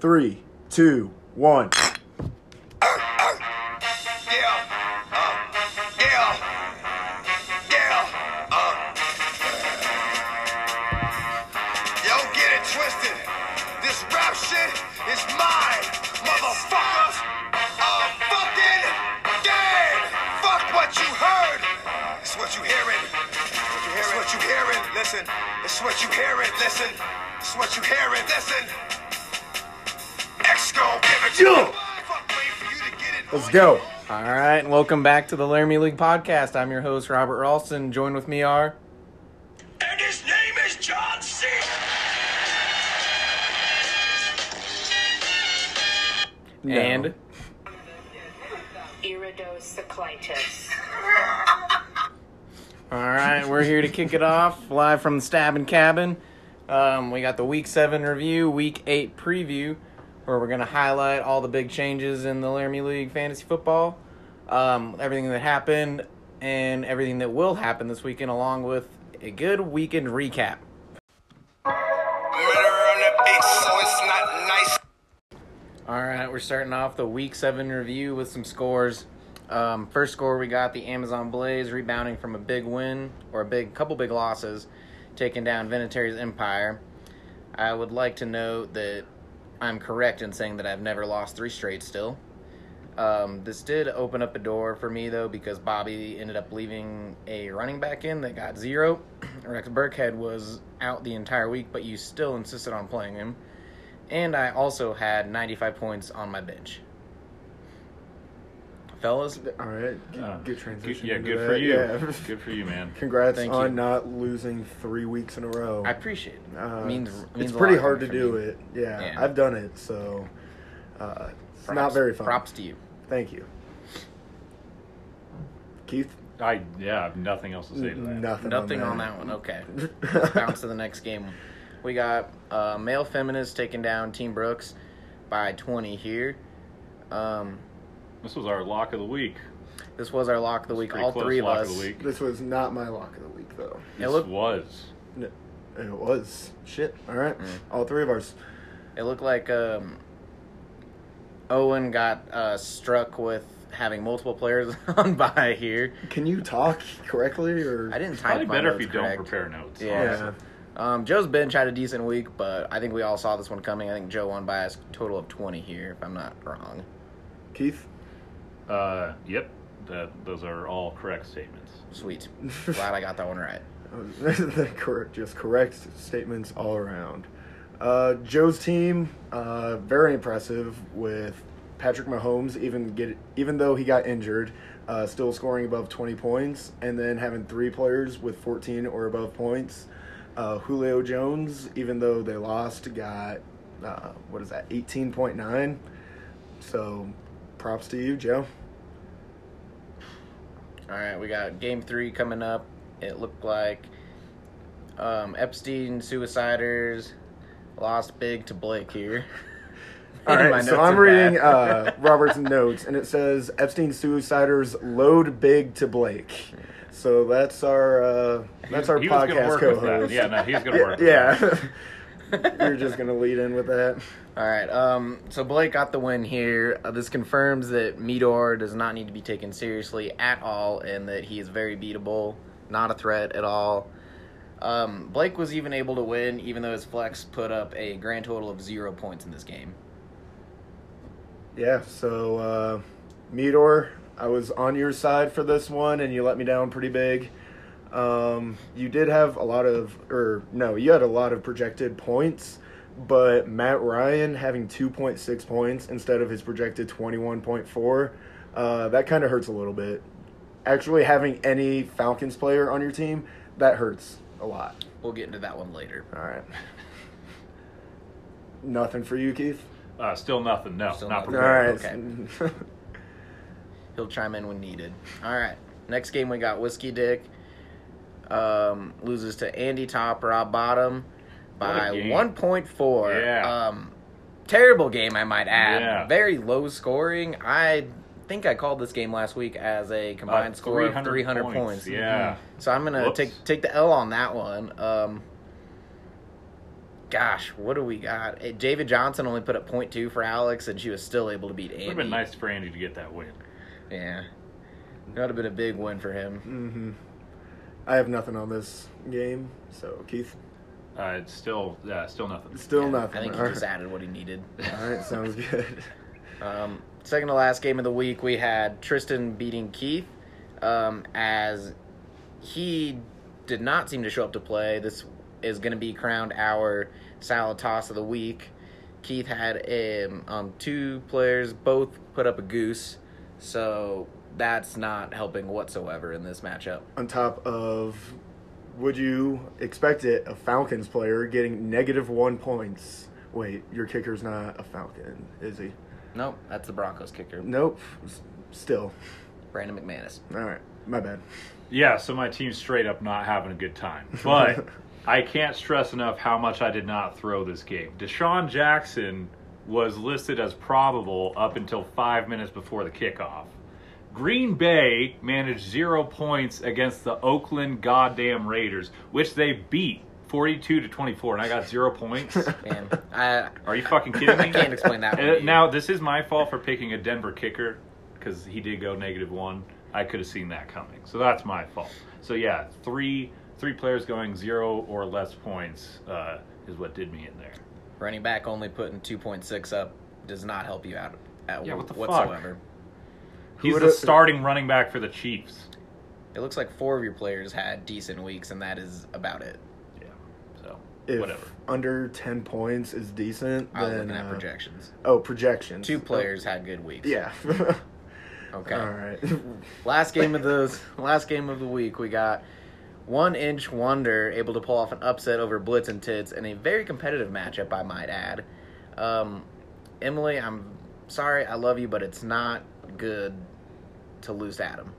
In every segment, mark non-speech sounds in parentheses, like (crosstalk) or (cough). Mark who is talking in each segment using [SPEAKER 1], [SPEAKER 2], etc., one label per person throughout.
[SPEAKER 1] three, two, one.
[SPEAKER 2] Listen, it's what you hearing. Listen, it's what you hearing. Listen. X gon' give it to
[SPEAKER 1] Yeah.
[SPEAKER 2] you. Fuck, wait for you to get it.
[SPEAKER 1] Let's go.
[SPEAKER 3] All right, and welcome back to the Laramie League podcast. I'm your host Robert Ralston. Join with me are
[SPEAKER 2] And his name is John C.
[SPEAKER 3] and
[SPEAKER 4] iridocyclitis.
[SPEAKER 3] all right, we're here to kick it off (laughs) live from the Stabbing Cabin. Um, we got the Week Seven review, Week Eight preview, where we're gonna highlight all the big changes in the Laramie League fantasy football, um, everything that happened, and everything that will happen this weekend, along with a good weekend recap.
[SPEAKER 2] Murder on the beat, so it's not nice.
[SPEAKER 3] All right, we're starting off the week seven review with some scores. Um, first score we got the Amazon Blaze rebounding from a big win or a big couple big losses, taking down Venetary's Empire. I would like to note that I'm correct in saying that I've never lost three straight still. Um, this did open up a door for me though because Bobby ended up leaving a running back in that got zero. (clears throat) Rex Burkhead was out the entire week, but you still insisted on playing him and I also had 95 points on my bench. Fellas,
[SPEAKER 1] All right. Good,
[SPEAKER 5] Uh,
[SPEAKER 1] good transition.
[SPEAKER 5] yeah,
[SPEAKER 1] into
[SPEAKER 5] good
[SPEAKER 1] that.
[SPEAKER 5] for you.
[SPEAKER 1] Yeah.
[SPEAKER 5] (laughs)
[SPEAKER 1] (laughs)
[SPEAKER 5] Good for you, man.
[SPEAKER 1] Congrats
[SPEAKER 3] Thank
[SPEAKER 1] on
[SPEAKER 3] you.
[SPEAKER 1] not losing three weeks in a row.
[SPEAKER 3] I appreciate it.
[SPEAKER 1] Uh,
[SPEAKER 3] means,
[SPEAKER 1] it's-
[SPEAKER 3] means
[SPEAKER 1] it's
[SPEAKER 3] a
[SPEAKER 1] pretty
[SPEAKER 3] lot
[SPEAKER 1] hard to
[SPEAKER 3] for
[SPEAKER 1] do
[SPEAKER 3] me.
[SPEAKER 1] it. Yeah,
[SPEAKER 3] Yeah.
[SPEAKER 1] I've done it, so uh, it's not
[SPEAKER 3] Props-
[SPEAKER 1] very fun.
[SPEAKER 3] Props to you.
[SPEAKER 1] Thank you, Keith.
[SPEAKER 5] I yeah, I have nothing else to say to that.
[SPEAKER 1] Nothing.
[SPEAKER 3] Nothing on that
[SPEAKER 1] (laughs)
[SPEAKER 3] one. Okay. Let's bounce to the next game. We got uh, male feminists taking down Team Brooks by 20 here. Um,
[SPEAKER 5] This was our lock of the week.
[SPEAKER 3] this was our lock of the week.
[SPEAKER 5] Pretty
[SPEAKER 3] All
[SPEAKER 5] close
[SPEAKER 3] three of
[SPEAKER 5] lock
[SPEAKER 3] us.
[SPEAKER 5] Of the week.
[SPEAKER 1] This was not my lock of the week, though.
[SPEAKER 5] This
[SPEAKER 3] looked-
[SPEAKER 5] was.
[SPEAKER 1] No, it was shit. All right,
[SPEAKER 3] Mm.
[SPEAKER 1] all three of ours.
[SPEAKER 3] It looked like um, Owen got uh, struck with having multiple players (laughs) on by here.
[SPEAKER 1] Can you talk correctly or?
[SPEAKER 3] I didn't type
[SPEAKER 5] Probably
[SPEAKER 3] my
[SPEAKER 5] better if
[SPEAKER 3] notes
[SPEAKER 5] you
[SPEAKER 3] correct.
[SPEAKER 5] don't prepare notes.
[SPEAKER 3] Yeah.
[SPEAKER 1] Yeah.
[SPEAKER 3] Um, Joe's bench had a decent week, but I think we all saw this one coming. I think Joe won by a s- total of 20 here, if I'm not wrong.
[SPEAKER 1] Keith.
[SPEAKER 5] Uh, yep. That, those are all correct statements. (laughs)
[SPEAKER 3] Sweet. Glad I got that one right.
[SPEAKER 1] (laughs) The correct, just correct statements all around. Uh, Joe's team, uh, very impressive with Patrick Mahomes. Even get even though he got injured, uh, still scoring above twenty points, and then having three players with fourteen or above points. Uh, Julio Jones, even though they lost, got uh, what is that eighteen point nine. So, props to you, Joe.
[SPEAKER 3] All right, we got game three coming up. It looked like um, Epstein Suiciders lost big to Blake here. (laughs)
[SPEAKER 1] All
[SPEAKER 3] My
[SPEAKER 1] right, so
[SPEAKER 3] notes
[SPEAKER 1] I'm
[SPEAKER 3] are
[SPEAKER 1] reading
[SPEAKER 3] bad.
[SPEAKER 1] uh, Robert's notes, and it says Epstein suiciders load big to Blake. So that's our uh, that's our
[SPEAKER 5] he was gonna
[SPEAKER 1] podcast
[SPEAKER 5] work with that.
[SPEAKER 1] co-host.
[SPEAKER 5] Yeah, no, he's gonna work. With that.
[SPEAKER 1] (laughs) yeah. You're just gonna lead in with that.
[SPEAKER 3] All right. Um. So Blake got the win here. Uh, this confirms that Midor does not need to be taken seriously at all, and that he is very beatable, not a threat at all. Um, Blake was even able to win, even though his flex put up a grand total of zero points in this game.
[SPEAKER 1] Yeah. So, uh, Meador, I was on your side for this one, and you let me down pretty big. Um, you did have a lot of, or no, you had a lot of projected points, but Matt Ryan having 2.6 points instead of his projected 21.4, uh, that kind of hurts a little bit. Actually, having any Falcons player on your team, that hurts a lot.
[SPEAKER 3] We'll get into that one later.
[SPEAKER 1] All right. Nothing for you, Keith?
[SPEAKER 5] Uh, still nothing. No,
[SPEAKER 3] Still
[SPEAKER 5] not
[SPEAKER 3] nothing.
[SPEAKER 1] All
[SPEAKER 5] prepared.
[SPEAKER 1] right.
[SPEAKER 3] Okay.
[SPEAKER 1] (laughs)
[SPEAKER 3] He'll chime in when needed. All right. Next game we got Whiskey Dick um, loses to Andy Top Rob Bottom by
[SPEAKER 5] What a game.
[SPEAKER 3] 1.4.
[SPEAKER 5] Yeah.
[SPEAKER 3] Um, terrible game, I might add.
[SPEAKER 5] Yeah.
[SPEAKER 3] Very low scoring. I think I called this game last week as a combined
[SPEAKER 5] Uh,
[SPEAKER 3] score of 300 points. Mm-hmm.
[SPEAKER 5] Yeah.
[SPEAKER 3] So I'm gonna
[SPEAKER 5] Whoops.
[SPEAKER 3] take take the L on that one. Um, gosh, what do we got? Eh, David Johnson only put up point two for Alex, and she was still able to beat Andy.
[SPEAKER 5] Would have been nice for Andy to get that win.
[SPEAKER 3] Yeah, that would have been a big win for
[SPEAKER 1] Mm-hmm.
[SPEAKER 3] him.
[SPEAKER 1] I have nothing on this game, so Keith,
[SPEAKER 5] Uh, it's still, uh, still nothing.
[SPEAKER 1] still
[SPEAKER 3] Yeah,
[SPEAKER 1] nothing.
[SPEAKER 3] I think he
[SPEAKER 1] All right.
[SPEAKER 3] just added what
[SPEAKER 1] (laughs)
[SPEAKER 3] he needed.
[SPEAKER 1] All right, sounds good. (laughs)
[SPEAKER 3] Um, second to last game of the week, we had Tristan beating Keith, um, as he did not seem to show up to play. This is going to be crowned our salad toss of the week. Keith had um, um, two players both put up a goose, so that's not helping whatsoever in this matchup.
[SPEAKER 1] on top of, would you expect it? A Falcons player getting negative one points. Wait, your kicker's not a Falcon, is he?
[SPEAKER 3] Nope, that's the Broncos kicker,
[SPEAKER 1] Nope. S- Still.
[SPEAKER 3] Brandon
[SPEAKER 1] (laughs)
[SPEAKER 3] McManus.
[SPEAKER 1] All right, my bad.
[SPEAKER 5] Yeah, so my team's straight up not having a good time. But I can't stress enough how much I did not throw this game. Deshaun Jackson was listed as probable up until five minutes before the kickoff. Green Bay managed zero points against the Oakland goddamn Raiders, which they beat 42 to 24, and I got zero points.
[SPEAKER 3] Man, I
[SPEAKER 5] Are you fucking kidding me?
[SPEAKER 3] I can't explain that. one
[SPEAKER 5] Uh,
[SPEAKER 3] to you.
[SPEAKER 5] now this is my fault for picking a Denver kicker because he did go negative one. I could have seen that coming, so that's my fault. So yeah, three three players going zero or less points uh, is what did me in there.
[SPEAKER 3] Running back only putting 2.6 up does not help you out at
[SPEAKER 5] Yeah, what the fuck?
[SPEAKER 3] whatsoever.
[SPEAKER 5] He's the
[SPEAKER 1] would've-
[SPEAKER 5] starting running back for the Chiefs.
[SPEAKER 3] It looks like four of your players had decent weeks, and that is about it.
[SPEAKER 5] Yeah, so
[SPEAKER 1] If
[SPEAKER 5] whatever.
[SPEAKER 1] under 10 points is decent,
[SPEAKER 3] I was
[SPEAKER 1] then.
[SPEAKER 3] looking at
[SPEAKER 1] uh,
[SPEAKER 3] projections.
[SPEAKER 1] oh, projections. Oh,
[SPEAKER 3] Two players had good weeks.
[SPEAKER 1] Yeah. (laughs)
[SPEAKER 3] Okay.
[SPEAKER 1] All right.
[SPEAKER 3] Last game of the last game of the week, we got one inch wonder able to pull off an upset over Blitz and Tits in a very competitive matchup, I might add. Um, Emily, I'm sorry, I love you, but it's not good to lose to Adam.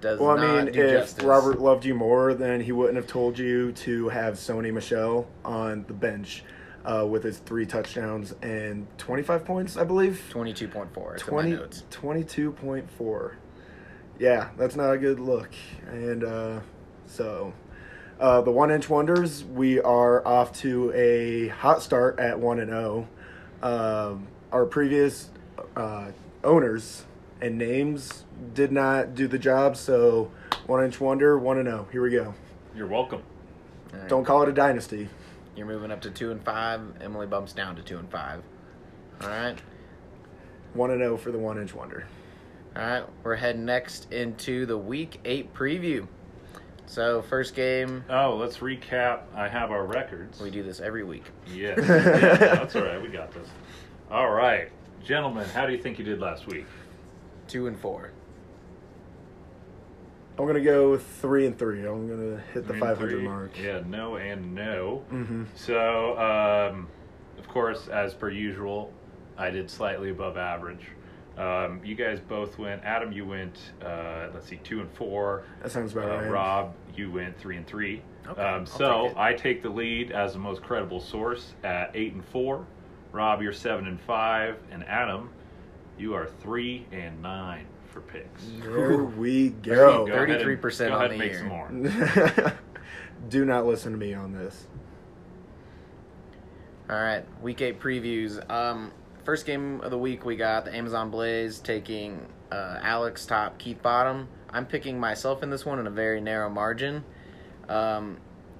[SPEAKER 3] Does
[SPEAKER 1] Well,
[SPEAKER 3] not
[SPEAKER 1] I mean,
[SPEAKER 3] do
[SPEAKER 1] if
[SPEAKER 3] justice.
[SPEAKER 1] Robert loved you more, then he wouldn't have told you to have Sony Michelle on the bench uh, with his three touchdowns and 25 points, I believe.
[SPEAKER 3] twenty-two point four. It's in
[SPEAKER 1] 20,
[SPEAKER 3] my notes.
[SPEAKER 1] 22.4. Yeah, that's not a good look. And uh, so, uh, the One Inch Wonders, we are off to a hot start at 1 and 0. Um, Our previous uh, owners and names did not do the job, so One Inch Wonder, 1 and 0. Here we go.
[SPEAKER 5] You're welcome.
[SPEAKER 3] All right.
[SPEAKER 1] Don't call it a dynasty.
[SPEAKER 3] You're moving up to two and five. Emily bumps down to two and five. All right.
[SPEAKER 1] 1 and 0 for the One Inch Wonder.
[SPEAKER 3] All right, we're heading next into the week eight preview. So first game,
[SPEAKER 5] Oh, let's recap. I have our records.
[SPEAKER 3] we do this every week.
[SPEAKER 5] Yes. Yeah, that's all right. We got this. All right, gentlemen. How do you think you did last week?
[SPEAKER 3] Two and four.
[SPEAKER 1] I'm going to go 3 and 3. I'm going to hit the
[SPEAKER 5] Three and
[SPEAKER 1] 500
[SPEAKER 5] three.
[SPEAKER 1] mark.
[SPEAKER 5] Yeah, no and no. So, um, of course, as per usual, I did slightly above average. Um, you guys both went. Adam, you went. Uh, let's see, two and four.
[SPEAKER 1] That sounds about
[SPEAKER 5] Uh,
[SPEAKER 1] right.
[SPEAKER 5] Rob, you went three and three.
[SPEAKER 3] Okay, I'll
[SPEAKER 5] um, so
[SPEAKER 3] take it.
[SPEAKER 5] I take the lead as the most credible source at eight and four. Rob, you're seven and five, and Adam, you are three and nine for picks.
[SPEAKER 1] Here we
[SPEAKER 5] Go
[SPEAKER 1] go.
[SPEAKER 5] ahead and-
[SPEAKER 3] 33%
[SPEAKER 5] go
[SPEAKER 3] on
[SPEAKER 5] ahead
[SPEAKER 3] the
[SPEAKER 5] and make
[SPEAKER 3] year.
[SPEAKER 5] some more.
[SPEAKER 1] (laughs) Do not listen to me on this.
[SPEAKER 3] All right, week eight previews. Um, first game of the week, we got the Amazon Blaze taking uh, Alex top, Keith bottom. I'm picking myself in this one in a very narrow margin. Um,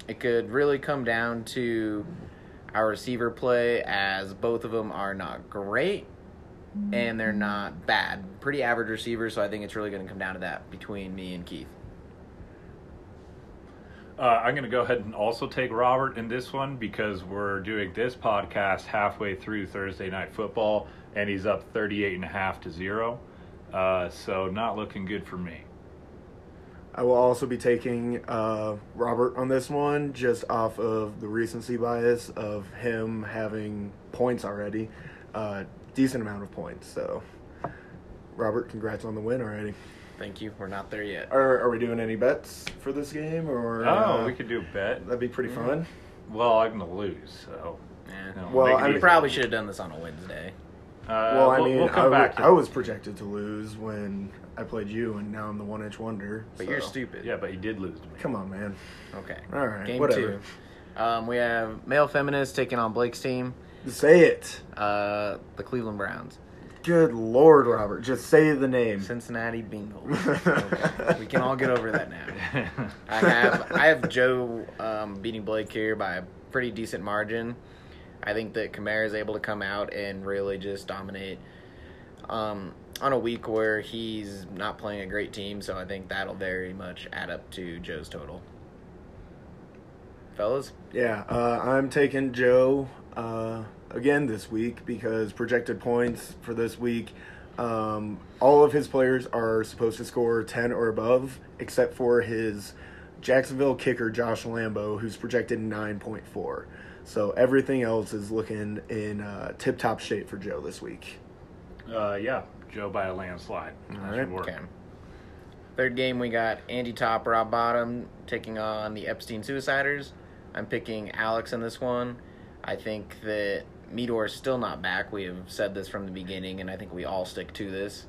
[SPEAKER 3] it could really come down to our receiver play, as both of them are not great and they're not bad. Pretty average receivers, so I think it's really going to come down to that between me and Keith.
[SPEAKER 5] Uh, I'm going to go ahead and also take Robert in this one because we're doing this podcast halfway through Thursday Night Football, and he's up 38 and a half to zero. Uh, so not looking good for me.
[SPEAKER 1] I will also be taking uh, Robert on this one just off of the recency bias of him having points already. Uh, decent amount of points. So, Robert, congrats on the win already.
[SPEAKER 3] Thank you. We're not there yet.
[SPEAKER 1] Are, are we doing any bets for this game? or
[SPEAKER 5] Oh,
[SPEAKER 1] uh,
[SPEAKER 5] we could Mm-hmm. do a bet.
[SPEAKER 1] That'd be pretty fun.
[SPEAKER 5] Well, I'm going to lose, so.
[SPEAKER 3] Eh.
[SPEAKER 5] no,
[SPEAKER 1] Well,
[SPEAKER 5] make it
[SPEAKER 1] I mean-
[SPEAKER 3] We
[SPEAKER 5] easy.
[SPEAKER 3] probably should have done this on a Wednesday.
[SPEAKER 5] Uh,
[SPEAKER 1] well, I
[SPEAKER 5] we'll-
[SPEAKER 1] mean,
[SPEAKER 5] we'll
[SPEAKER 1] I,
[SPEAKER 5] come
[SPEAKER 1] wa-
[SPEAKER 5] back to
[SPEAKER 1] I was projected to lose when I played you, and now I'm the one inch wonder.
[SPEAKER 3] But you're
[SPEAKER 1] so-
[SPEAKER 3] stupid.
[SPEAKER 5] Yeah, but he did lose to me.
[SPEAKER 1] Come on, man.
[SPEAKER 3] Okay.
[SPEAKER 1] All right,
[SPEAKER 3] Game
[SPEAKER 1] whatever.
[SPEAKER 3] two. Um, we have male feminists taking on Blake's team,
[SPEAKER 1] Say it.
[SPEAKER 3] uh, the Cleveland Browns,
[SPEAKER 1] Good lord, Robert. Just say the name.
[SPEAKER 3] Cincinnati Bengals. So we can all get over that now. I have I have Joe um, beating Blake here by a pretty decent margin. I think that Kamara is able to come out and really just dominate um, on a week where he's not playing a great team. So I think that'll very much add up to Joe's total. Fellas,
[SPEAKER 1] Yeah, uh, I'm taking Joe uh, again this week because projected points for this week, um, all of his players are supposed to score 10 or above, except for his Jacksonville kicker, Josh Lambo, who's projected 9.4. So everything else is looking in uh, tip top shape for Joe this week.
[SPEAKER 5] Uh, yeah, Joe by a landslide. That
[SPEAKER 1] All
[SPEAKER 5] should
[SPEAKER 1] right,
[SPEAKER 5] work.
[SPEAKER 3] Okay. Third game, we got Andy Top, Rob Bottom taking on the Epstein Suiciders. I'm picking Alex in this one. I think that Meteor is still not back. We have said this from the beginning, and I think we all stick to this.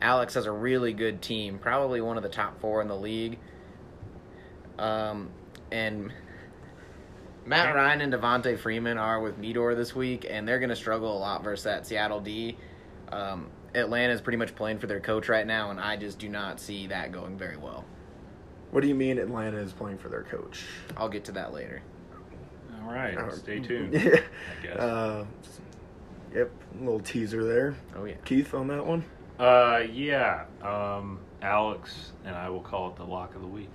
[SPEAKER 3] Alex has a really good team, probably one of the top four in the league. Um, and Matt Ryan and Devontae Freeman are with Meteor this week, and they're going to struggle a lot versus that Seattle D. Um, Atlanta is pretty much playing for their coach right now, and I just do not see that going very well.
[SPEAKER 1] What do you mean Atlanta is playing for their coach? (laughs)
[SPEAKER 3] I'll get to that later.
[SPEAKER 5] All right, stay tuned.
[SPEAKER 1] Uh, Yeah.
[SPEAKER 5] I guess.
[SPEAKER 1] Uh, yep, little teaser there.
[SPEAKER 3] Oh, yeah.
[SPEAKER 1] Keith on that one?
[SPEAKER 5] Uh, yeah. Um, Alex and I will call it the lock of the week.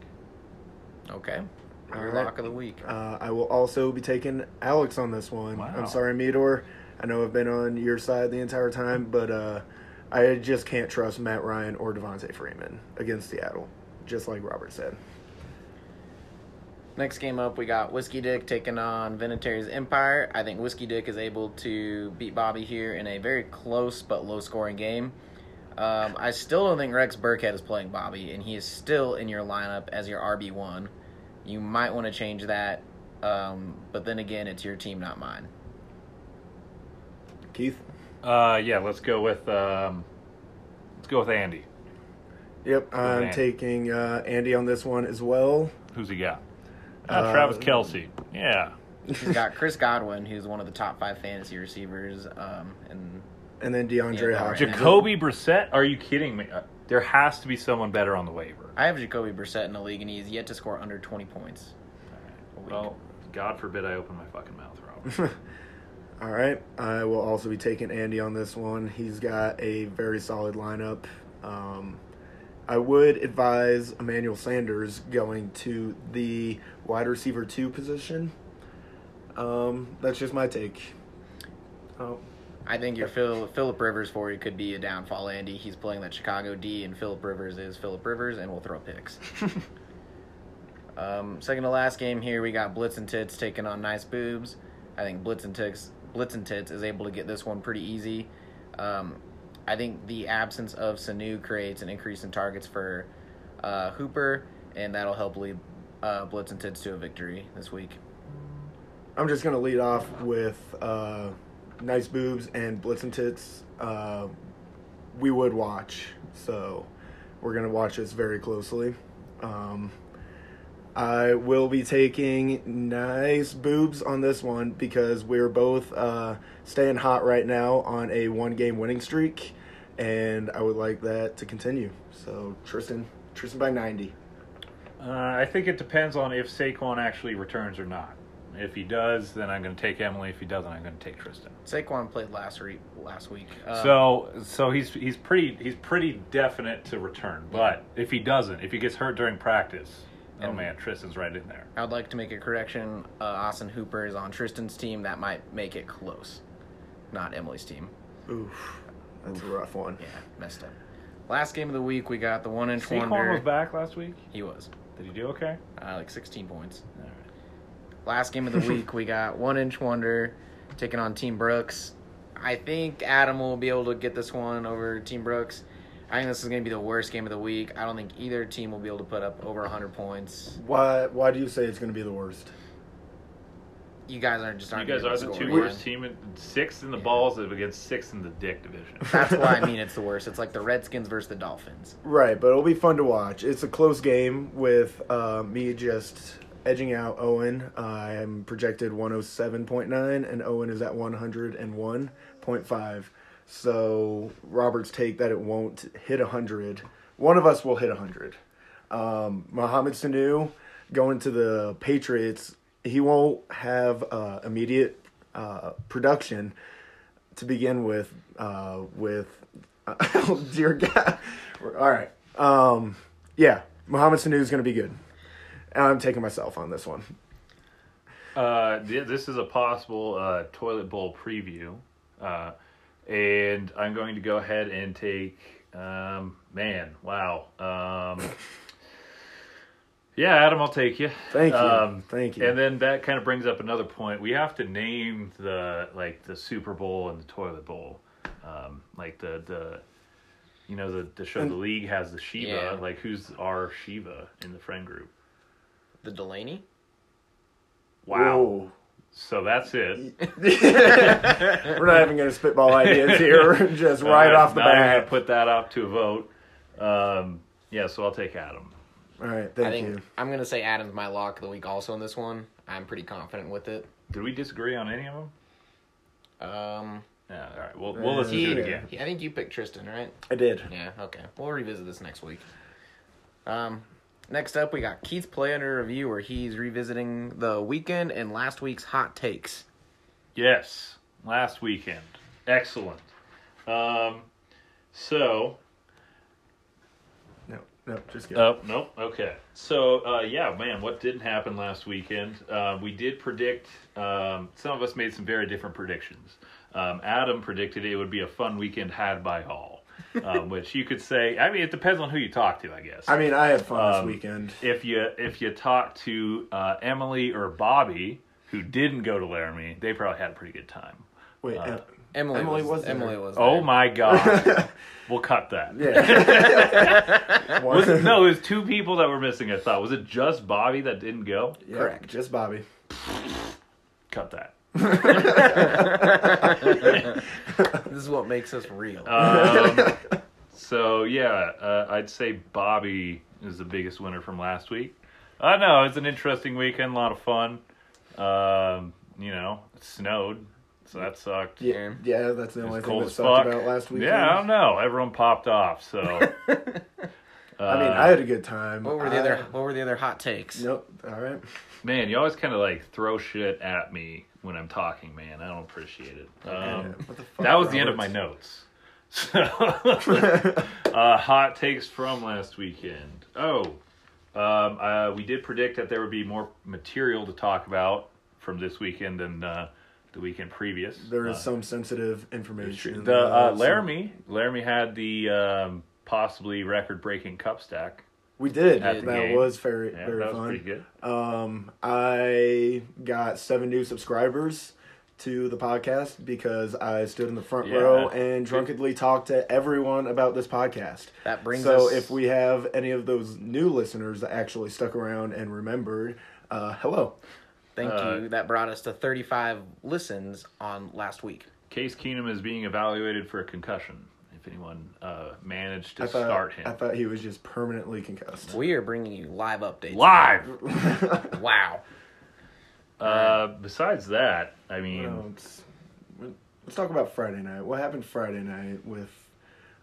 [SPEAKER 3] Okay.
[SPEAKER 1] All
[SPEAKER 3] Your
[SPEAKER 1] right.
[SPEAKER 3] lock of the week.
[SPEAKER 1] Uh, I will also be taking Alex on this one.
[SPEAKER 5] Wow.
[SPEAKER 1] I'm sorry, Meador. I know I've been on your side the entire time, but uh, I just can't trust Matt Ryan or Devontae Freeman against Seattle, just like Robert said.
[SPEAKER 3] Next game up, we got Whiskey Dick taking on Vinatieri's Empire. I think Whiskey Dick is able to beat Bobby here in a very close but low scoring game. Um, I still don't think Rex Burkhead is playing Bobby, and he is still in your lineup as your RB1. You might want to change that, um, but then again, it's your team, not mine.
[SPEAKER 1] Keith?
[SPEAKER 5] Uh, yeah. Let's go with um, let's go with Andy.
[SPEAKER 1] Yep, I'm
[SPEAKER 5] man.
[SPEAKER 1] taking uh, Andy on this one as well.
[SPEAKER 5] Who's he got? Uh,
[SPEAKER 1] Uh,
[SPEAKER 5] Travis Kelsey. Yeah.
[SPEAKER 3] He's got Chris Godwin, who's one of the top five fantasy receivers, um, and
[SPEAKER 1] And then DeAndre
[SPEAKER 3] Yeah,
[SPEAKER 1] Hopkins.
[SPEAKER 5] Jacoby Brissett. Are you kidding me? Uh, There has to be someone better on the waiver.
[SPEAKER 3] I have Jacoby Brissett in the league, and he's yet to score under twenty points.
[SPEAKER 5] Well, God forbid I open my fucking mouth,
[SPEAKER 3] (laughs)
[SPEAKER 5] Rob.
[SPEAKER 1] All right, I will also be taking Andy on this one. He's got a very solid lineup. Um, I would advise Emmanuel Sanders going to the wide receiver two position. Um, that's just my take. Oh,
[SPEAKER 3] I think your Phil, Philip Rivers for you could be a downfall, Andy. He's playing that Chicago D, and Philip Rivers is Philip Rivers, and will throw picks. um, second to last game here, we got Blitz and Tits taking on Nice Boobs. I think Blitz and Tits, Blitz and Tits is able to get this one pretty easy. Um, I think the absence of Sanu creates an increase in targets for uh, Hooper, and that'll help lead uh, Blitz and Tits to a victory this week.
[SPEAKER 1] I'm just gonna lead off with uh, nice boobs and blitz and tits. Uh, we would watch, so we're gonna watch this very closely. Um, I will be taking nice boobs on this one because we're both uh, staying hot right now on a one-game winning streak, and I would like that to continue. So Tristan, Tristan by ninety.
[SPEAKER 5] uh, I think it depends on if Saquon actually returns or not. If he does, then I'm going to take Emily. If he doesn't, I'm going to take Tristan.
[SPEAKER 3] Saquon played last re- last week. Uh,
[SPEAKER 5] So so he's he's pretty he's pretty definite to return. But if he doesn't, if he gets hurt during practice, oh
[SPEAKER 3] And-
[SPEAKER 5] man, Tristan's right in there.
[SPEAKER 3] I'd like to make a correction. Uh, Austin Hooper is on Tristan's team. That might make it close, not Emily's team.
[SPEAKER 1] Oof, that's a rough one.
[SPEAKER 3] Yeah, messed up. Last game of the week, we got the one inch
[SPEAKER 5] Saquon
[SPEAKER 3] wonder.
[SPEAKER 5] was back last week.
[SPEAKER 3] He was
[SPEAKER 5] Did he do okay?
[SPEAKER 3] uh, like 16 points. Last game of the week, we got one inch wonder taking on Team Brooks. I think Adam will be able to get this one over Team Brooks. I think this is going to be the worst game of the week. I don't think either team will be able to put up over 100 points.
[SPEAKER 1] Why? Why do you say it's gonna be the worst?
[SPEAKER 3] You guys aren't just
[SPEAKER 5] You
[SPEAKER 3] aren't.
[SPEAKER 5] guys
[SPEAKER 3] gonna
[SPEAKER 5] are the
[SPEAKER 3] score,
[SPEAKER 5] two
[SPEAKER 3] man.
[SPEAKER 5] worst team, in, sixth in the balls against sixth in the dick (laughs) division.
[SPEAKER 3] That's why
[SPEAKER 1] (laughs)
[SPEAKER 3] I mean it's the worst. It's like the Redskins versus the Dolphins.
[SPEAKER 1] Right, but it'll be fun to watch. It's a close game with uh, me just edging out Owen. I am projected 107.9, and Owen is at 101.5. So Robert's take that it won't hit 100. One of us will hit 100. Um, Mohamed Sanu going to the Patriots. He won't have uh, immediate uh, production to begin with. Uh, with oh, (laughs) dear God, all right. Um, yeah, Mohamed Sanu is going to be good. And I'm taking myself on this one.
[SPEAKER 5] Uh, th- this is a possible uh, toilet bowl preview, uh, and I'm going to go ahead and take. Um, man, wow. Um, yeah, Adam, I'll take you. Um,
[SPEAKER 1] Thank you. Thank you.
[SPEAKER 5] And then that kind of brings up another point. We have to name the like the Super Bowl and the toilet bowl, um, like the the. You know the, the show the league has the Shiva.
[SPEAKER 3] Yeah.
[SPEAKER 5] Like who's our Shiva in the friend group?
[SPEAKER 3] The Delaney?
[SPEAKER 5] Wow.
[SPEAKER 1] Whoa.
[SPEAKER 5] So that's it.
[SPEAKER 1] We're not even going to spitball ideas
[SPEAKER 5] (laughs)
[SPEAKER 1] here. Just right
[SPEAKER 5] Uh,
[SPEAKER 1] off the
[SPEAKER 5] now I'm gonna
[SPEAKER 1] bat.
[SPEAKER 5] put that up to a vote. Um, yeah, so I'll take Adam.
[SPEAKER 1] All right,
[SPEAKER 3] I
[SPEAKER 1] thank
[SPEAKER 3] think
[SPEAKER 1] you.
[SPEAKER 3] I'm gonna say Adam's my lock of the week also in this one. I'm pretty confident with it.
[SPEAKER 5] Did we disagree on any of them?
[SPEAKER 3] Um
[SPEAKER 5] Yeah. All right. We'll we'll listen
[SPEAKER 3] he,
[SPEAKER 5] to it again.
[SPEAKER 3] he- I think you picked Tristan, right?
[SPEAKER 1] I did.
[SPEAKER 3] Yeah, okay. We'll revisit this next week. Um next up we got Keith's play under review where he's revisiting the weekend and last week's hot takes.
[SPEAKER 5] Yes. Last weekend. Excellent. Um, so.
[SPEAKER 1] No, no, just kidding.
[SPEAKER 5] Oh nope. Okay. So uh, yeah, man, what didn't happen last weekend? Uh, we did predict. Um, some of us made some very different predictions. Um, Adam predicted it would be a fun weekend had by all,
[SPEAKER 1] (laughs)
[SPEAKER 5] um, which you could say. I mean, it depends on who you talk to, I guess.
[SPEAKER 1] I mean, I had fun
[SPEAKER 5] Um,
[SPEAKER 1] this weekend.
[SPEAKER 5] if you if you talk to uh, Emily or Bobby who didn't go to Laramie, they probably had a pretty good time.
[SPEAKER 1] Wait, uh,
[SPEAKER 3] Emily,
[SPEAKER 1] Emily
[SPEAKER 3] was,
[SPEAKER 1] was there.
[SPEAKER 3] Emily was
[SPEAKER 5] Oh
[SPEAKER 3] there.
[SPEAKER 5] my god, we'll cut that.
[SPEAKER 1] yeah. (laughs) One-
[SPEAKER 5] Was it, no, it was two people that were missing. I thought was it just Bobby that didn't go?
[SPEAKER 1] Yeah,
[SPEAKER 3] correct.
[SPEAKER 1] Just Bobby.
[SPEAKER 5] Cut that.
[SPEAKER 3] This is what makes us real.
[SPEAKER 5] Um, so yeah, uh, I'd say Bobby is the biggest winner from last week. I know it's an interesting weekend, a lot of fun. Um, you know, it snowed, so that sucked.
[SPEAKER 1] Yeah, yeah, that's the only
[SPEAKER 5] It's
[SPEAKER 1] thing
[SPEAKER 5] cold
[SPEAKER 1] that
[SPEAKER 5] as
[SPEAKER 1] sucked
[SPEAKER 5] fuck.
[SPEAKER 1] about last weekend.
[SPEAKER 5] Yeah, I don't know. Everyone popped off, so.
[SPEAKER 1] (laughs) I mean, I had a good time.
[SPEAKER 3] what were the
[SPEAKER 1] I-
[SPEAKER 3] other what were the other hot takes?
[SPEAKER 1] Nope. All right.
[SPEAKER 5] man, you always kind of like throw shit at me when I'm talking, man. I don't appreciate it. Um,
[SPEAKER 1] What the fuck,
[SPEAKER 5] that was the end of my
[SPEAKER 1] Roberts?
[SPEAKER 5] notes.
[SPEAKER 1] (laughs)
[SPEAKER 5] (laughs) So, uh, hot takes from last weekend. Oh, um, uh, we did predict that there would be more material to talk about from this weekend than uh, the weekend previous.
[SPEAKER 1] There is
[SPEAKER 5] Uh,
[SPEAKER 1] some sensitive information.
[SPEAKER 5] The uh,
[SPEAKER 1] some-
[SPEAKER 5] Laramie, Laramie had the um, possibly record-breaking cup stack.
[SPEAKER 1] We did.
[SPEAKER 5] at the
[SPEAKER 1] That
[SPEAKER 5] game.
[SPEAKER 1] was very,
[SPEAKER 5] Yeah,
[SPEAKER 1] very
[SPEAKER 5] that was
[SPEAKER 1] fun.
[SPEAKER 5] pretty good.
[SPEAKER 1] Um, I got seven new subscribers to the podcast because I stood in the front
[SPEAKER 5] Yeah.
[SPEAKER 1] row and drunkenly talked to everyone about this podcast.
[SPEAKER 3] That brings
[SPEAKER 1] so
[SPEAKER 3] us-
[SPEAKER 1] if we have any of those new listeners that actually stuck around and remembered, uh, hello.
[SPEAKER 3] Thank
[SPEAKER 5] Uh,
[SPEAKER 3] you. That brought us to 35 listens on last week.
[SPEAKER 5] Case Keenum is being evaluated for a concussion. If anyone uh, managed to
[SPEAKER 1] I thought
[SPEAKER 5] start him
[SPEAKER 1] I thought he was just permanently concussed.
[SPEAKER 3] We are bringing you live updates.
[SPEAKER 5] live.
[SPEAKER 3] Wow.
[SPEAKER 5] Uh, besides that, I mean,
[SPEAKER 1] No, it's- let's talk about Friday night. What happened Friday night with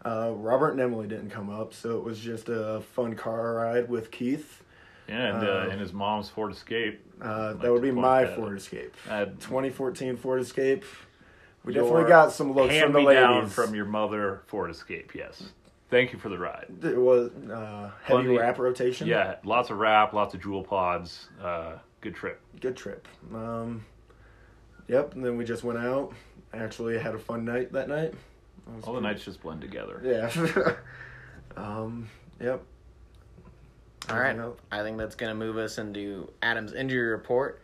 [SPEAKER 1] uh, Robert and Emily didn't come up, so it was just a fun car ride with Keith.
[SPEAKER 5] yeah, and, uh, and his mom's Ford Escape.
[SPEAKER 1] Uh, that
[SPEAKER 5] like
[SPEAKER 1] would be
[SPEAKER 5] to
[SPEAKER 1] my
[SPEAKER 5] point that
[SPEAKER 1] Ford
[SPEAKER 5] out.
[SPEAKER 1] Escape.
[SPEAKER 5] Uh,
[SPEAKER 1] 2014 Ford Escape. We
[SPEAKER 5] your
[SPEAKER 1] definitely got some looks from the
[SPEAKER 5] hand-me-down
[SPEAKER 1] ladies.
[SPEAKER 5] from your mother Ford Escape. Yes, thank you for the ride.
[SPEAKER 1] it was uh, heavy
[SPEAKER 5] Plenty-
[SPEAKER 1] wrap rotation.
[SPEAKER 5] Yeah, lots of wrap, lots of jewel pods. Uh, good trip.
[SPEAKER 1] good trip. Um, yep. And then we just went out. Actually, had a fun night that night.
[SPEAKER 5] All the nights just blend together.
[SPEAKER 1] Yeah. (laughs) um, yep.
[SPEAKER 3] All right.
[SPEAKER 1] Anything else?
[SPEAKER 3] I think that's going to move us into Adam's injury report.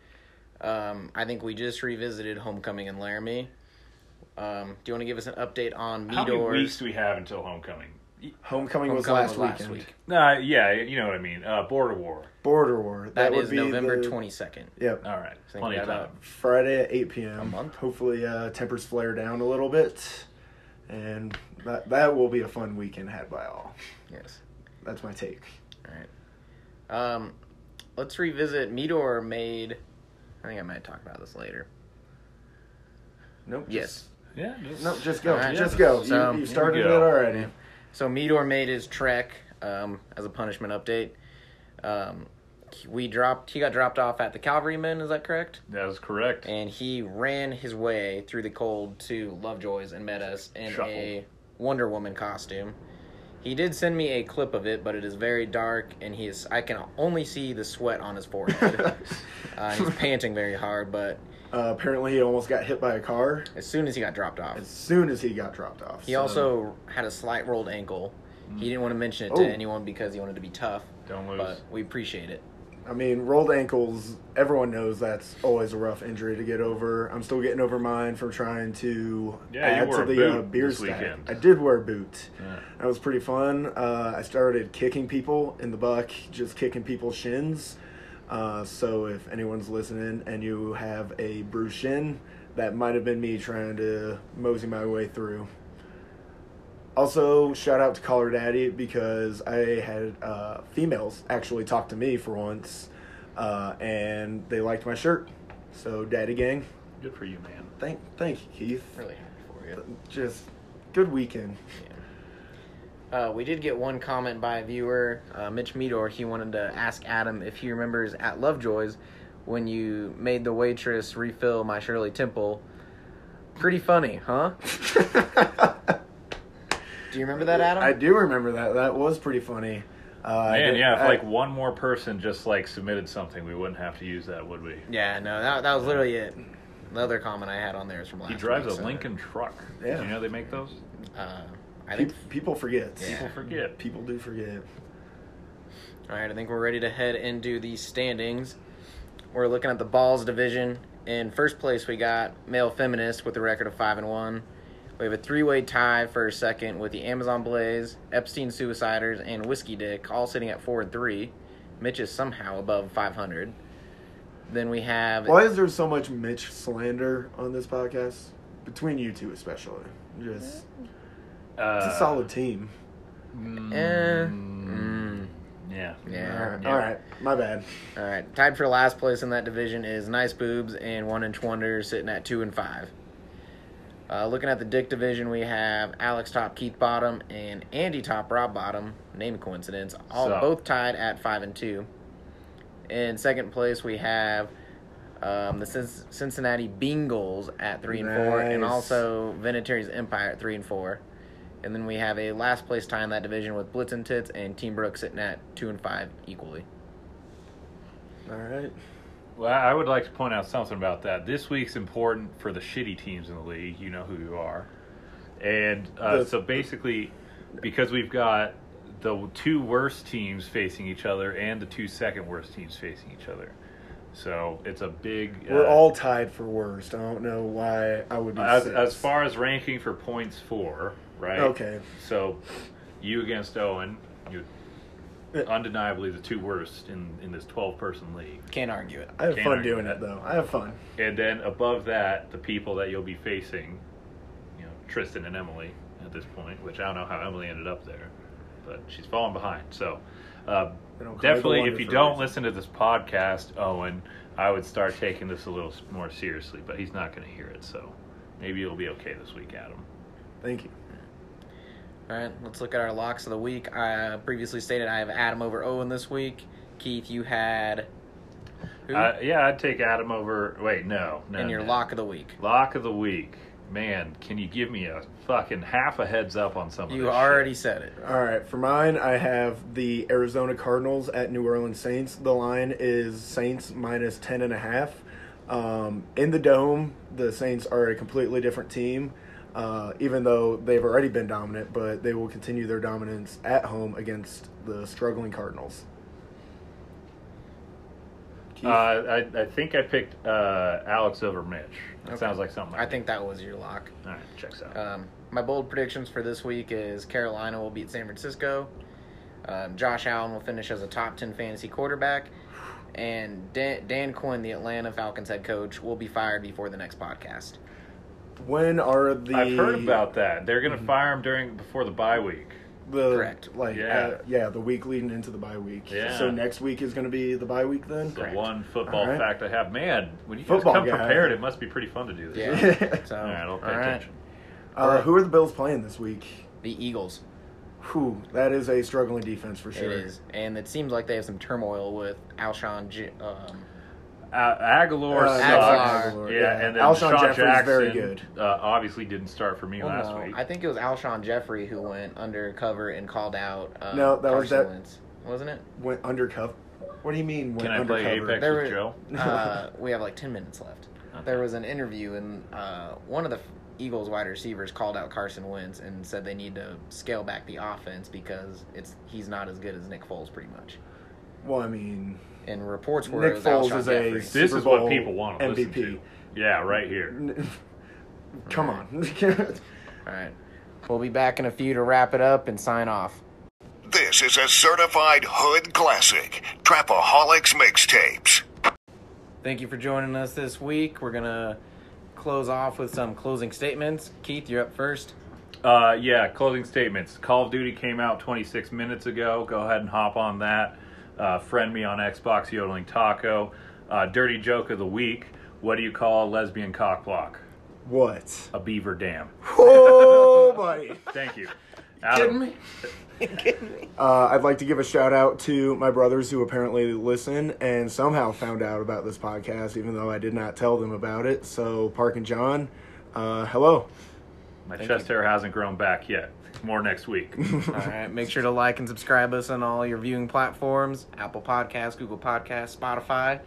[SPEAKER 3] Um, I think we just revisited Homecoming in Laramie. Um, do you want to give us an update on
[SPEAKER 5] How many weeks
[SPEAKER 3] Midor's
[SPEAKER 5] do we have until homecoming?
[SPEAKER 1] Homecoming, was
[SPEAKER 3] Homecoming
[SPEAKER 1] last,
[SPEAKER 3] was last
[SPEAKER 1] weekend.
[SPEAKER 3] week.
[SPEAKER 5] Uh, yeah, you know what I mean. Uh, border war.
[SPEAKER 1] Border War.
[SPEAKER 3] That
[SPEAKER 1] would
[SPEAKER 3] is
[SPEAKER 1] be
[SPEAKER 3] November
[SPEAKER 1] the-
[SPEAKER 3] 22nd.
[SPEAKER 1] Yep.
[SPEAKER 5] All right,
[SPEAKER 3] Think
[SPEAKER 5] plenty of
[SPEAKER 3] about
[SPEAKER 5] time.
[SPEAKER 1] Friday at 8 p.m. A
[SPEAKER 3] month?
[SPEAKER 1] Hopefully, uh, tempers flare down a little bit, and that that will be a fun weekend had by all.
[SPEAKER 3] Yes.
[SPEAKER 1] That's my take.
[SPEAKER 3] All right. Um, let's revisit Meteor made. I think I might talk about this later.
[SPEAKER 1] Nope.
[SPEAKER 3] Yes.
[SPEAKER 5] Yeah.
[SPEAKER 1] Just,
[SPEAKER 5] Just,
[SPEAKER 1] no, just go.
[SPEAKER 3] All right.
[SPEAKER 1] Just go.
[SPEAKER 3] So-
[SPEAKER 1] you, you started
[SPEAKER 5] Here we
[SPEAKER 1] it
[SPEAKER 5] go.
[SPEAKER 1] already.
[SPEAKER 3] So Meteor made his trek um, as a punishment update. Um, we dropped. He got dropped off at the Calvarymen. Is that correct?
[SPEAKER 5] that is correct.
[SPEAKER 3] And he ran his way through the cold to Lovejoy's and met us in
[SPEAKER 5] Shuffled.
[SPEAKER 3] a Wonder Woman costume. He did send me a clip of it, but it is very dark, and he is. I can only see the sweat on his forehead. uh, he's panting very hard, but
[SPEAKER 1] Uh, apparently, he almost got hit by a car
[SPEAKER 3] as soon as he got dropped off,
[SPEAKER 1] as soon as he got dropped off.
[SPEAKER 3] He
[SPEAKER 1] so-
[SPEAKER 3] also had a slight rolled ankle. He didn't want to mention it
[SPEAKER 1] Oh.
[SPEAKER 3] to anyone because he wanted to be tough.
[SPEAKER 5] Don't lose.
[SPEAKER 3] But we appreciate it.
[SPEAKER 1] I mean, rolled ankles. Everyone knows that's always a rough injury to get over. I'm still getting over mine from trying to
[SPEAKER 5] Yeah, you
[SPEAKER 1] add
[SPEAKER 5] wore
[SPEAKER 1] to
[SPEAKER 5] a
[SPEAKER 1] the uh,
[SPEAKER 5] boot
[SPEAKER 1] beer
[SPEAKER 5] this
[SPEAKER 1] stack.
[SPEAKER 5] weekend.
[SPEAKER 1] I did wear a boot.
[SPEAKER 5] Yeah.
[SPEAKER 1] That was pretty fun. Uh, I started kicking people in the buck, just kicking people's shins. Uh, so if anyone's listening and you have a bruised shin, that might have been me trying to mosey my way through. Also, shout out to Caller Daddy because I had uh, females actually talk to me for once, uh, and they liked my shirt. So, Daddy Gang,
[SPEAKER 5] Good for you, man.
[SPEAKER 1] thank, thank you, Keith.
[SPEAKER 3] Really happy for you.
[SPEAKER 1] Just good weekend.
[SPEAKER 3] Uh, we did get one comment by a viewer, uh, Mitch Meador. He wanted to ask Adam if he remembers at Lovejoy's when you made the waitress refill my Shirley Temple. Pretty funny,
[SPEAKER 5] (laughs)
[SPEAKER 3] huh? Do you remember that, Adam?
[SPEAKER 1] I do remember that. That was pretty funny. Uh,
[SPEAKER 5] Man,
[SPEAKER 1] I-
[SPEAKER 5] yeah. If
[SPEAKER 1] I-
[SPEAKER 5] like one more person just like submitted something, we wouldn't have to use that, would we?
[SPEAKER 3] Yeah, no, that, that was literally it. The other comment I had on there is from last
[SPEAKER 5] He drives
[SPEAKER 3] week,
[SPEAKER 5] a
[SPEAKER 3] so,
[SPEAKER 5] Lincoln truck.
[SPEAKER 1] Yeah.
[SPEAKER 5] Did you know they make those?
[SPEAKER 3] Uh, I
[SPEAKER 1] pe-
[SPEAKER 3] think
[SPEAKER 1] people forget.
[SPEAKER 3] Yeah.
[SPEAKER 5] People forget.
[SPEAKER 1] People do forget.
[SPEAKER 3] All right, I think we're ready to head into the standings. We're looking at the balls division. In first place, we got male feminist with a record of five and one. We have a three-way tie for second with the Amazon Blaze, Epstein Suiciders, and Whiskey Dick, all sitting at four and three. Mitch is somehow above 500. Then we have
[SPEAKER 1] Why is there so much Mitch slander on this podcast? Between you two, especially. Just it's a
[SPEAKER 5] Uh,
[SPEAKER 1] solid team.
[SPEAKER 5] mm,
[SPEAKER 3] Eh, mm,
[SPEAKER 5] yeah.
[SPEAKER 1] All
[SPEAKER 3] yeah.
[SPEAKER 1] right,
[SPEAKER 5] yeah.
[SPEAKER 1] all right. My bad.
[SPEAKER 3] All right, tied for last place in that division is Nice Boobs and One Inch Wonder sitting at two and five. Uh, looking at the Dick division, we have Alex top, Keith bottom, and Andy top, Rob bottom. Name coincidence. All
[SPEAKER 5] So-
[SPEAKER 3] both tied at five and two. In second place, we have um, the Cin- Cincinnati Bengals at three and four, and
[SPEAKER 1] Nice.
[SPEAKER 3] also Venetary's Empire at three and four. And then we have a last place tie in that division with Blitz and Tits and Team Brook sitting at two and five equally.
[SPEAKER 1] All right.
[SPEAKER 5] Well, I would like to point out something about that. This week's important for the shitty teams in the league. You know who you are. And uh,
[SPEAKER 1] The-
[SPEAKER 5] so basically, because we've got the two worst teams facing each other and the two second worst teams facing each other. So it's a big.
[SPEAKER 1] We're
[SPEAKER 5] uh,
[SPEAKER 1] all tied for worst. I don't know why I would be
[SPEAKER 5] As,
[SPEAKER 1] sixth.
[SPEAKER 5] as far as ranking for points for, right?
[SPEAKER 1] Okay.
[SPEAKER 5] So you against Owen, you
[SPEAKER 1] Uh,
[SPEAKER 5] undeniably the two worst in, in this 12 person league.
[SPEAKER 3] Can't argue it.
[SPEAKER 1] I have
[SPEAKER 5] Can't
[SPEAKER 1] fun
[SPEAKER 5] argue
[SPEAKER 1] doing it
[SPEAKER 5] that.
[SPEAKER 1] though. I have fun.
[SPEAKER 5] And then above that, the people that you'll be facing, you know, Tristan and Emily at this point, which I don't know how Emily ended up there, but she's falling behind. So uh,
[SPEAKER 1] They don't call me the
[SPEAKER 5] definitely,
[SPEAKER 1] wonder
[SPEAKER 5] if you
[SPEAKER 1] for a
[SPEAKER 5] don't
[SPEAKER 1] reason.
[SPEAKER 5] listen to this podcast, Owen, I would start taking this a little s- more seriously, but he's not going to hear it. So maybe it'll be okay this week, Adam.
[SPEAKER 1] Thank you.
[SPEAKER 3] All right, let's look at our locks of the week. I previously stated I have Adam over Owen this week. Keith, you had who
[SPEAKER 5] Uh, yeah, I'd take Adam over. Wait, no, no.
[SPEAKER 3] in your
[SPEAKER 5] no.
[SPEAKER 3] lock of the week.
[SPEAKER 5] Lock of the week. Man, can you give me a fucking half a heads up on some of
[SPEAKER 3] You
[SPEAKER 5] this
[SPEAKER 3] already
[SPEAKER 5] shit?
[SPEAKER 3] said it.
[SPEAKER 1] All right, for mine, I have the Arizona Cardinals at New Orleans Saints. The line is Saints minus ten and a half. Um, in the dome, the Saints are a completely different team, uh, even though they've already been dominant. But they will continue their dominance at home against the struggling Cardinals. Keith,
[SPEAKER 5] Uh, I, I think I picked uh, Alex over Mitch. That
[SPEAKER 3] Okay.
[SPEAKER 5] sounds like something.
[SPEAKER 3] I think that was your lock.
[SPEAKER 5] All right, checks out.
[SPEAKER 3] Um, my bold predictions for this week is Carolina will beat San Francisco. Um, Josh Allen will finish as a top ten fantasy quarterback, and Dan, Dan Quinn, the Atlanta Falcons head coach, will be fired before the next podcast.
[SPEAKER 1] when are the?
[SPEAKER 3] Mm-hmm.
[SPEAKER 5] I've heard about that. They're gonna fire him during before the bye week.
[SPEAKER 1] The
[SPEAKER 3] Correct.
[SPEAKER 1] Like
[SPEAKER 5] Yeah.
[SPEAKER 1] yeah, yeah, the week leading into the bye week.
[SPEAKER 5] Yeah.
[SPEAKER 1] So next week is going to be the bye week then.
[SPEAKER 5] The one football
[SPEAKER 1] All right.
[SPEAKER 5] fact I have, man, when you guys
[SPEAKER 1] Football
[SPEAKER 5] come
[SPEAKER 1] guy.
[SPEAKER 5] prepared, it must be pretty fun to do this. (laughs)
[SPEAKER 3] Yeah. Oh. So,
[SPEAKER 5] All right, I'll pay
[SPEAKER 3] all right.
[SPEAKER 5] attention.
[SPEAKER 1] Uh, who are the Bills playing this week?
[SPEAKER 3] The Eagles.
[SPEAKER 1] Whew, that is a struggling defense for sure.
[SPEAKER 3] It is, and it seems like they have some turmoil with Alshon. J- um,
[SPEAKER 5] A- Aguilar
[SPEAKER 1] Uh,
[SPEAKER 5] sucks.
[SPEAKER 3] Aguilar,
[SPEAKER 5] Yeah,
[SPEAKER 1] yeah.
[SPEAKER 5] and then
[SPEAKER 1] Alshon
[SPEAKER 5] Deshaun
[SPEAKER 1] Jeffrey's
[SPEAKER 5] Jackson
[SPEAKER 1] very good.
[SPEAKER 5] Uh, obviously didn't start for me
[SPEAKER 3] well,
[SPEAKER 5] last
[SPEAKER 3] Oh, no,
[SPEAKER 5] week.
[SPEAKER 3] I think it was Alshon Jeffrey who went undercover and called out. Um,
[SPEAKER 1] No, that was
[SPEAKER 3] Carson
[SPEAKER 1] that-
[SPEAKER 3] Wentz, wasn't it?
[SPEAKER 1] Went undercover. What do you mean? Went
[SPEAKER 5] Can I play
[SPEAKER 1] undercover?
[SPEAKER 5] Apex
[SPEAKER 3] There
[SPEAKER 5] with
[SPEAKER 3] were-
[SPEAKER 5] Joe? (laughs)
[SPEAKER 3] uh, we have like 10 minutes left.
[SPEAKER 5] Okay.
[SPEAKER 3] There was an interview, and uh, one of the Eagles wide receivers called out Carson Wentz and said they need to scale back the offense because it's he's not as good as Nick Foles, pretty much.
[SPEAKER 1] Well, I mean,
[SPEAKER 3] And reports were
[SPEAKER 1] Nick
[SPEAKER 3] it was
[SPEAKER 1] Foles
[SPEAKER 3] Alshon
[SPEAKER 1] is a-
[SPEAKER 3] Jeffrey.
[SPEAKER 5] This
[SPEAKER 1] Super
[SPEAKER 5] is what
[SPEAKER 1] Bowl
[SPEAKER 5] people want to listen
[SPEAKER 1] MVP.
[SPEAKER 5] to. Yeah, right here.
[SPEAKER 1] come on. (laughs)
[SPEAKER 3] All right. We'll be back in a few to wrap it up and sign off.
[SPEAKER 2] This is a certified hood classic. Trapaholics mixtapes.
[SPEAKER 3] Thank you for joining us this week. We're going to close off with some closing statements. Keith, you're up first.
[SPEAKER 5] Uh, yeah, closing statements. Call of Duty came out 26 minutes ago. Go ahead and hop on that. Uh, friend me on Xbox Yodeling Taco. Uh, dirty joke of the week. What do you call a lesbian cock block?
[SPEAKER 1] what?
[SPEAKER 5] A beaver dam.
[SPEAKER 1] Oh, buddy.
[SPEAKER 5] Thank
[SPEAKER 1] (laughs)
[SPEAKER 5] you. Adam,
[SPEAKER 1] Uh, I'd like to give a shout out to my brothers who apparently listen and somehow found out about this podcast, even though I did not tell them about it. So, Park and John, uh, hello.
[SPEAKER 5] my chest hair hasn't grown back yet. More
[SPEAKER 1] (laughs)
[SPEAKER 5] next week.
[SPEAKER 3] All right. Make sure to like and subscribe us on all your viewing platforms Apple Podcasts, Google Podcasts, Spotify.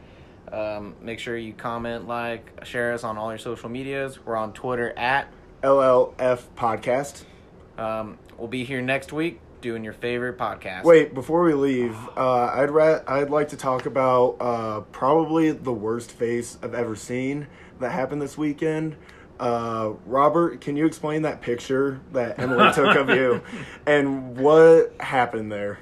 [SPEAKER 3] Um, make sure you comment, like, share us on all your social medias. We're on Twitter at.
[SPEAKER 1] LLF Podcast.
[SPEAKER 3] Um, we'll be here next week doing your favorite podcast.
[SPEAKER 1] Wait, before we leave, uh, I'd ra- I'd like to talk about uh, probably the worst face I've ever seen that happened this weekend. Uh, Robert, can you explain that picture that Emily took of you and what happened there?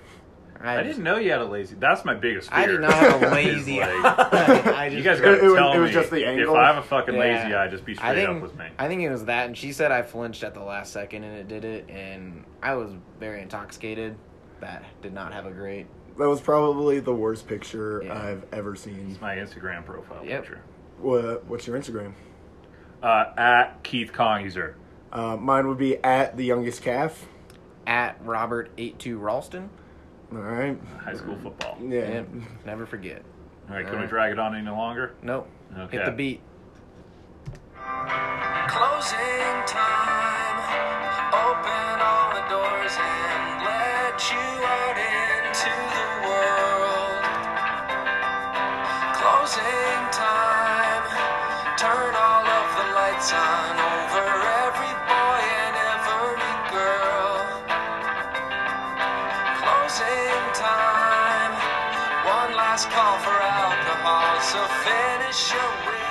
[SPEAKER 5] I didn't know you had a lazy. That's my biggest fear.
[SPEAKER 3] I did not have a
[SPEAKER 5] (laughs) is,
[SPEAKER 3] lazy
[SPEAKER 5] like,
[SPEAKER 3] eye. (laughs) I just-
[SPEAKER 5] you guys gotta
[SPEAKER 1] It was-
[SPEAKER 5] tell
[SPEAKER 1] it was
[SPEAKER 5] me
[SPEAKER 1] just the angle.
[SPEAKER 5] if I'm a fucking
[SPEAKER 3] Yeah.
[SPEAKER 5] lazy eye, just be
[SPEAKER 3] I
[SPEAKER 5] straight
[SPEAKER 3] think,
[SPEAKER 5] up with me.
[SPEAKER 3] I think it was that, and she said I flinched at the last second, and it did it, and I was very intoxicated. That did not have a great.
[SPEAKER 1] That was probably the worst picture
[SPEAKER 3] Yeah.
[SPEAKER 1] I've ever seen.
[SPEAKER 5] my Instagram profile
[SPEAKER 3] Yep.
[SPEAKER 5] picture.
[SPEAKER 1] What, what's your Instagram?
[SPEAKER 5] Uh, at Keith Congizer.
[SPEAKER 1] Uh, mine would be at the youngest calf.
[SPEAKER 3] At Robert eight two Ralston.
[SPEAKER 1] All right.
[SPEAKER 5] high school football. All
[SPEAKER 1] Yeah.
[SPEAKER 3] And never forget.
[SPEAKER 5] right, can we
[SPEAKER 3] Alright.
[SPEAKER 5] drag it on any longer?
[SPEAKER 3] Nope. Hit
[SPEAKER 5] Okay.
[SPEAKER 3] the beat.
[SPEAKER 6] Closing time. Open all the doors and let you out into the world. Closing time. Turn all of the lights on over every boy and every girl. Closing time. One last call for alcohol, so finish your.